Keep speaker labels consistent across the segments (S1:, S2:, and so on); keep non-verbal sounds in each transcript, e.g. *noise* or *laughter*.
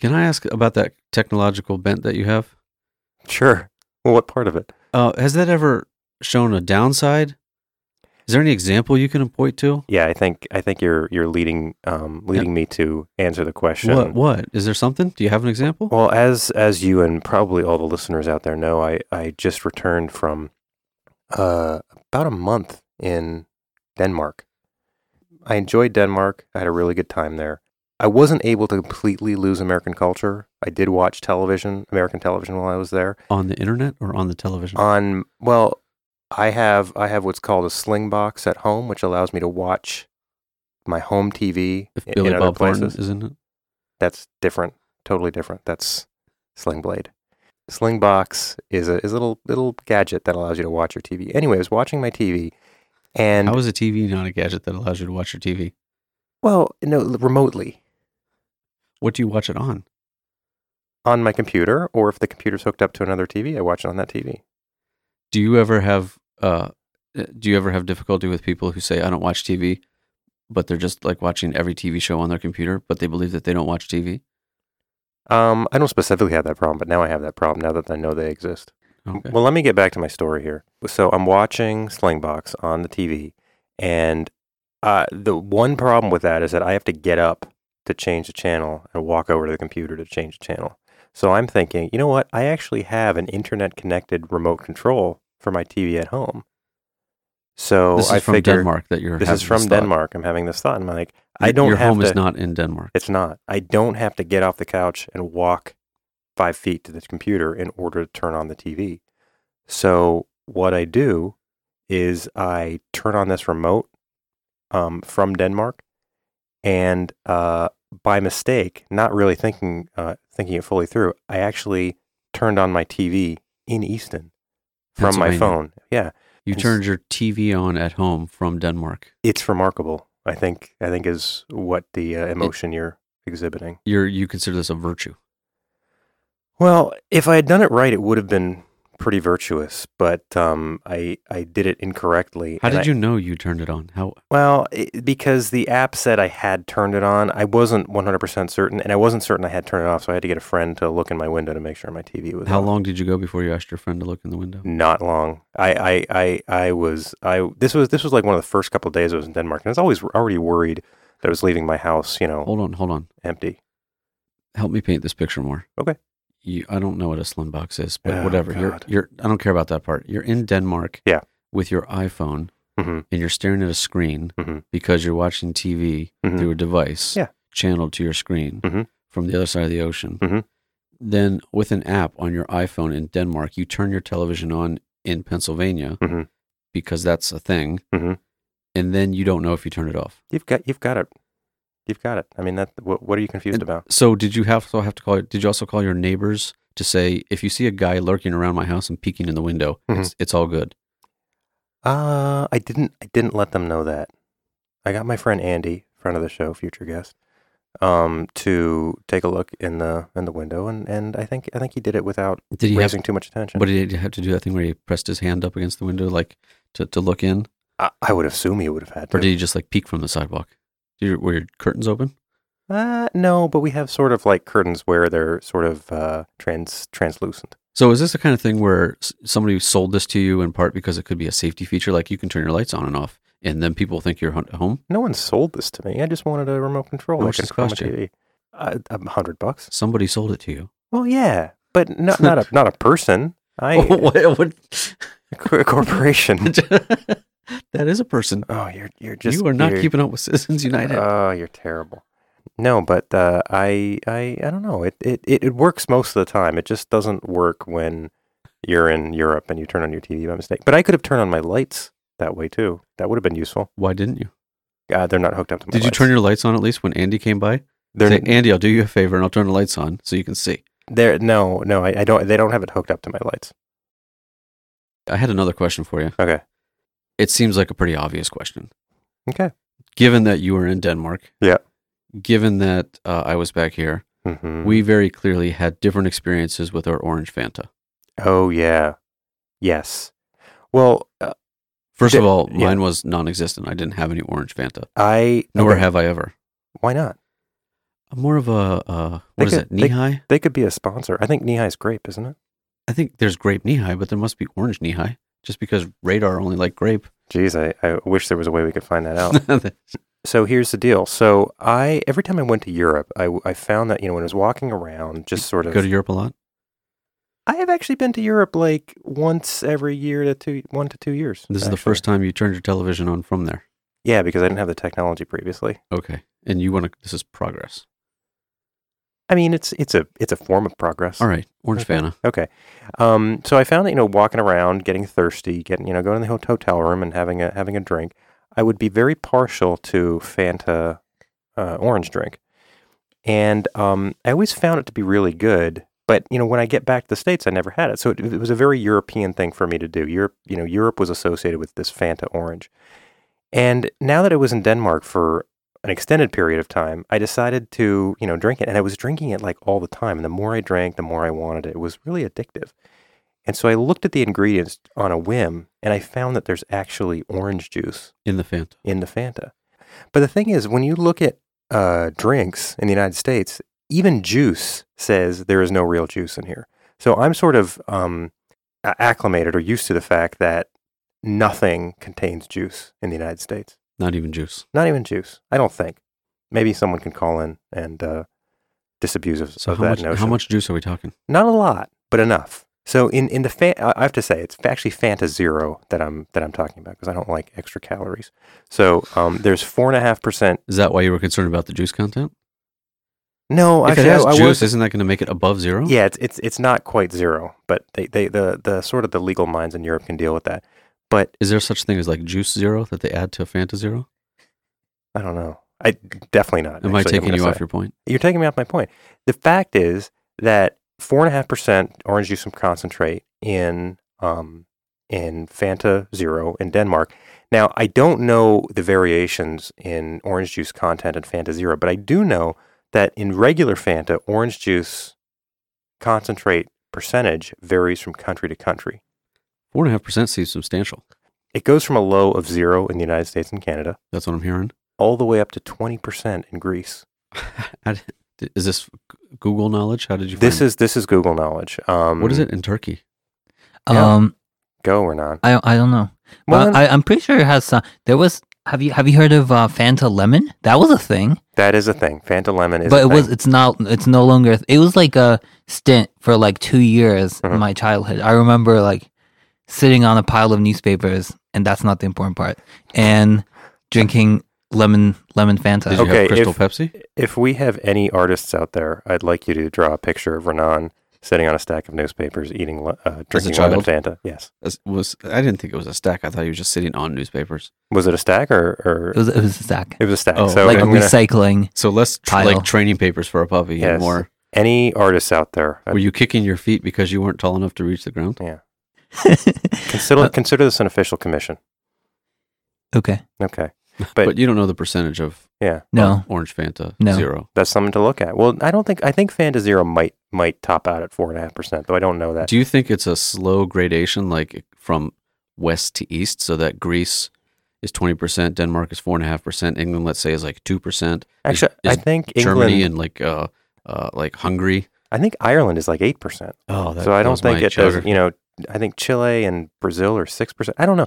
S1: Can I ask about that technological bent that you have?
S2: Sure. Well, what part of it?
S1: Uh, has that ever shown a downside? Is there any example you can point to?
S2: Yeah, I think I think you're you're leading um, leading me to answer the question.
S1: What? What? Is there something? Do you have an example?
S2: Well, as as you and probably all the listeners out there know, I I just returned from uh, about a month in Denmark. I enjoyed Denmark. I had a really good time there. I wasn't able to completely lose American culture. I did watch television, American television, while I was there.
S1: on the internet or on the television?
S2: On well, I have I have what's called a sling box at home, which allows me to watch my home TV
S1: if
S2: i-
S1: Billy
S2: in other
S1: Bob
S2: places.
S1: Thornton is in it.
S2: That's different, totally different. That's Sling Blade. Sling Box is a is a little little gadget that allows you to watch your TV. Anyway, I was watching my TV, and
S1: How is a TV not a gadget that allows you to watch your TV?
S2: well, no, l- remotely
S1: What do you watch it on?
S2: on my computer, or if the computer's hooked up to another TV, I watch it on that TV.
S1: Do you ever have uh, do you ever have difficulty with people who say I don't watch TV, but they're just like watching every TV show on their computer, but they believe that they don't watch TV?
S2: Um, I don't specifically have that problem, but now I have that problem now that I know they exist.
S1: Okay.
S2: Well, let me get back to my story here. So I'm watching Slingbox on the TV, and uh, the one problem with that is that I have to get up to change the channel and walk over to the computer to change the channel. So I'm thinking, you know what? I actually have an internet connected remote control for my TV at home. So
S1: this is
S2: I
S1: from
S2: figure
S1: Denmark that you're.
S2: this
S1: having
S2: is from
S1: thought.
S2: Denmark. I'm having this thought, and I'm like, I
S1: Your-
S2: don't
S1: Your
S2: have
S1: home
S2: to.
S1: is not in Denmark.
S2: It's not. I don't have to get off the couch and walk five feet to the computer in order to turn on the TV. So what I do is I turn on this remote um, from Denmark, and uh, by mistake, not really thinking uh, thinking it fully through, I actually turned on my TV in Easton from my
S1: Pennsylvania.
S2: phone. Yeah,
S1: You
S2: It's-
S1: turned your TV on at home from Denmark.
S2: it's remarkable. I think I think is what the uh, emotion you're exhibiting.
S1: You're you consider this a virtue.
S2: Well, if I had done it right, it would have been pretty virtuous, but um, I I did it incorrectly.
S1: How
S2: and
S1: did
S2: I-
S1: you know you turned it on? How
S2: Well, it, because the app said I had turned it on, I wasn't 100% certain, and I wasn't certain I had turned it off, so I had to get a friend to look in my window to make sure my TV was
S1: how
S2: on.
S1: long did you go before you asked your friend to look in the window?
S2: Not long. I, I, I, I was I this was this was like one of the first couple of days I was in Denmark, and I was always already worried that I was leaving my house, you know,
S1: Hold on, hold on.
S2: empty.
S1: Help me paint this picture more.
S2: Okay.
S1: You, I don't know what a slim box is, but
S2: Oh,
S1: whatever. You're,
S2: God.
S1: you're. I don't care about that part. You're in Denmark.
S2: Yeah.
S1: With your iPhone,
S2: Mhm.
S1: and you're staring at a screen
S2: Mhm.
S1: because you're watching TV
S2: Mhm.
S1: through a device
S2: Yeah.
S1: channeled to your screen
S2: Mhm.
S1: from the other side of the ocean.
S2: Mhm.
S1: Then, with an app on your iPhone in Denmark, you turn your television on in Pennsylvania
S2: Mhm.
S1: because that's a thing,
S2: Mhm.
S1: and then you don't know if you turn it off.
S2: You've got you've got it, you've got it. I mean, that what, what are you confused
S1: And-
S2: about?
S1: So, did you have to have to call? Did you also call your neighbors to say if you see a guy lurking around my house and peeking in the window,
S2: Mhm.
S1: it's it's all good.
S2: Uh, I didn't. I didn't let them know that. I got my friend Andy, friend of the show, future guest, um, to take a look in the in the window, and, and I think I think he did it without
S1: Did he have?
S2: raising too much attention.
S1: But did he have to do that thing where he pressed his hand up against the window, like to, to look in,
S2: I, I would assume he would have had
S1: or did
S2: to.
S1: he just like peek from the sidewalk? Did your, were your curtains open?
S2: Uh, no, but we have sort of like curtains where they're sort of uh, trans translucent.
S1: So is this the kind of thing where s- somebody sold this to you in part because it could be a safety feature, like you can turn your lights on and off, and then people think you're hun- home?
S2: No one sold this to me. I just wanted a remote control.
S1: How
S2: I
S1: much
S2: could
S1: does it
S2: throw my
S1: cost you?
S2: TV. Uh, A hundred bucks.
S1: Somebody sold it to you.
S2: Well, yeah, but not
S1: *laughs*
S2: not a not a person. I
S1: What- what- *laughs*
S2: a cor- a corporation.
S1: that is a person.
S2: Oh, you're you're just
S1: you are not
S2: you're-
S1: keeping up with Citizens United.
S2: Oh, you're terrible. No, but uh, I, I, I don't know. It, it, it, it works most of the time. It just doesn't work when you're in Europe and you turn on your TV by mistake. But I could have turned on my lights that way too. That would have been useful.
S1: Why didn't you?
S2: Uh, they're not hooked up to my.
S1: Did you turn your lights on at least when Andy came by?
S2: They're,
S1: Say, Andy, I'll do you a favor and I'll turn the lights on so you can see.
S2: they're no, no. I, I don't. They don't have it hooked up to my lights.
S1: I had another question for you.
S2: Okay.
S1: It seems like a pretty obvious question.
S2: Okay.
S1: Given that you were in Denmark.
S2: Yeah.
S1: Given that uh, I was back here,
S2: hmm
S1: we very clearly had different experiences with our orange Fanta.
S2: Oh yeah. Yes. Well, uh,
S1: First of
S2: Di-
S1: all,
S2: yeah.
S1: mine was non-existent. I didn't have any orange Fanta,
S2: I.
S1: nor
S2: okay,
S1: have I ever.
S2: Why not?
S1: I'm more of a uh,
S2: They
S1: what is
S2: could-
S1: it?
S2: they-
S1: Knee high?
S2: They could be a sponsor. I think knee high's grape, isn't it?
S1: I think there's grape knee high, but there must be orange knee high. Just because radar only like grape.
S2: Geez, I, I wish there was a way we could find
S1: *laughs*
S2: that out.
S1: mm-hmm.
S2: so here's the deal. So I every time I went to Europe, I, I found that you know when I was walking around, just sort of
S1: Go to Europe a lot.
S2: I have actually been to Europe like once every year to two one to two years.
S1: This is the
S2: actually.
S1: first time you turned your television on from there.
S2: Yeah, because I didn't have the technology previously.
S1: Okay, and you want to? This is progress.
S2: I mean, it's it's a it's a form of progress.
S1: All right, orange
S2: Okay.
S1: Fanta.
S2: Okay. Um, so I found that you know walking around, getting thirsty, getting you know going to the hot- hotel room and having a having a drink, I would be very partial to Fanta uh, orange drink, and um, I always found it to be really good. But you know when I get back to the states, I never had it, so it, it was a very European thing for me to do. Europe, you know, Europe was associated with this Fanta orange, and now that I was in Denmark for an extended period of time, I decided to, you know, drink it. And I was drinking it like all the time. And the more I drank, the more I wanted it. It was really addictive. And so I looked at the ingredients on a whim and I found that there's actually orange juice
S1: in the Fanta.
S2: in the Fanta. But the thing is, when you look at uh, drinks in the United States, even juice says there is no real juice in here. So I'm sort of um, a- acclimated or used to the fact that nothing contains juice in the United States
S1: Not even juice.
S2: not even juice. I don't think. Maybe someone can call in and uh, disabuse of,
S1: So
S2: of
S1: how
S2: that
S1: much?
S2: notion.
S1: How much juice are we talking?
S2: Not a lot, but enough. So in in the fan, I I have to say it's actually Fanta Zero that I'm that I'm talking about because I don't like extra calories. So um, there's four and a half percent.
S1: Is that why you were concerned about the juice content?
S2: No,
S1: if
S2: actually,
S1: it has
S2: I, I
S1: juice,
S2: was.
S1: isn't that going to make it above zero?
S2: Yeah, it's it's it's not quite zero, but they, they the the sort of the legal minds in Europe can deal with that. But
S1: Is there such thing as like juice zero that they add to Fanta zero?
S2: I don't know. I definitely not.
S1: Am
S2: actually, I'm
S1: I taking
S2: gonna
S1: you
S2: say.
S1: off your point?
S2: You're taking me off my point. The fact is that four and a half percent orange juice and concentrate in um, in Fanta Zero in Denmark. Now I don't know the variations in orange juice content in Fanta Zero, but I do know that in regular Fanta, orange juice concentrate percentage varies from country to country.
S1: Four and a half percent seems substantial.
S2: It goes from a low of zero in the United States and Canada
S1: That's what I'm hearing. *laughs*
S2: all the way up to twenty percent in Greece.
S1: How did- is this Google knowledge? How did you?
S2: This
S1: find
S2: is this is Google knowledge. Um,
S1: what is it in Turkey?
S2: Yeah.
S3: Um,
S2: Go or not?
S3: I I don't know.
S2: Well,
S3: Well, I, I'm pretty sure it has some. There was. Have you have you heard of uh, Fanta Lemon? That was a thing,
S2: That is a thing. Fanta Lemon is.
S3: but
S2: a
S3: it was.
S2: thing.
S3: It's not. It's no longer. It was like a stint for like two years
S2: Mhm.
S3: in my childhood. I remember like sitting on a pile of newspapers, and that's not the important part. And drinking lemon lemon Fanta.
S1: Did you
S2: Okay,
S1: have Crystal
S2: if-
S1: Pepsi?
S2: If we have any artists out there, I'd like you to draw a picture of Renan sitting on a stack of newspapers, eating, le- uh, drinking lemon
S1: child?
S2: Fanta. Yes.
S1: As- Was I didn't think it was a stack. I thought he was just sitting on newspapers.
S2: Was it a stack or? or
S3: It was it was a sack.
S2: it was a stack.
S1: Oh,
S2: so
S3: like
S2: I'm gonna,
S3: recycling. *laughs*
S1: So less tr-
S3: Pile.
S1: like training papers for a puppy
S2: Yes.
S1: and more.
S2: any artists out there, uh,
S1: Were you kicking your feet because you weren't tall enough to reach the ground?
S2: consider consider this an official commission.
S3: okay.
S1: *laughs*
S2: Okay,
S1: But,
S2: But-
S1: you don't know the percentage of uh,
S3: No.
S1: Orange Fanta
S3: No.
S1: zero.
S2: that's something to look at. Well, I don't think I think Fanta Zero might might top out at four and a half percent, though I don't know that.
S1: Do you think it's a slow gradation, like from west to east, so that Greece is twenty percent, Denmark is four and a half percent, England, let's say, is like two percent,
S2: Actually,
S1: is
S2: I think England,
S1: Germany and like uh, uh, like Hungary.
S2: I think Ireland is like eight percent.
S1: Oh, that,
S2: so I
S1: that
S2: don't
S1: was
S2: think
S1: my
S2: it does.
S1: geography.
S2: You know, I think Chile and Brazil are six percent. I don't know.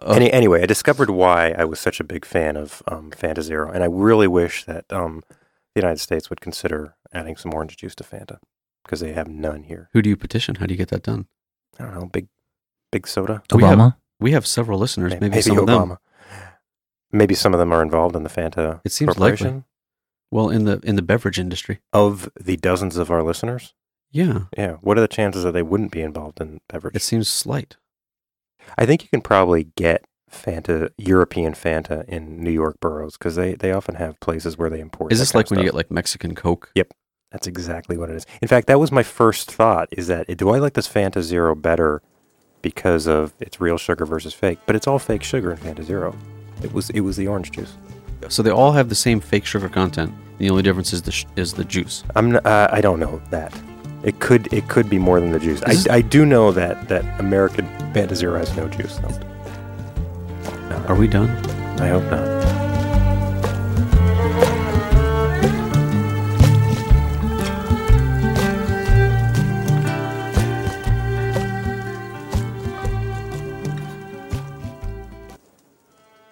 S1: Oh,
S2: Any, anyway, I discovered why I was such a big fan of um, Fanta Zero, and I really wish that um, the United States would consider adding some orange juice to Fanta because they have none here.
S1: who do you petition? How do you get that done?
S2: I don't know, big, big soda.
S1: We have-
S3: Obama.
S1: We have several listeners.
S2: May-
S1: Maybe, some of them.
S2: Maybe some of them are involved in the Fanta
S1: It seems likely.
S2: Corporation
S1: Well, in the in the beverage industry.
S2: of the dozens of our listeners.
S1: Yeah,
S2: Yeah, what are the chances that they wouldn't be involved in beverage?
S1: it seems slight.
S2: I think you can probably get Fanta, European Fanta in New York boroughs because they, they often have places where they import.
S1: Is
S2: that
S1: this
S2: kind
S1: like
S2: of
S1: when you
S2: stuff.
S1: get like Mexican Coke?
S2: That's exactly what it is. In fact, that was my first thought is that do I like this Fanta Zero better because of its real sugar versus fake? But it's all fake sugar in Fanta Zero. It was it was the orange juice.
S1: So they all have the same fake sugar content. The only difference is the sh- is the juice.
S2: I'm n- uh, I don't know that. It could it could be more than the juice.
S1: Is-
S2: I, I do know that that American Fanta Zero has no juice. Though.
S1: Are we done?
S2: I hope not.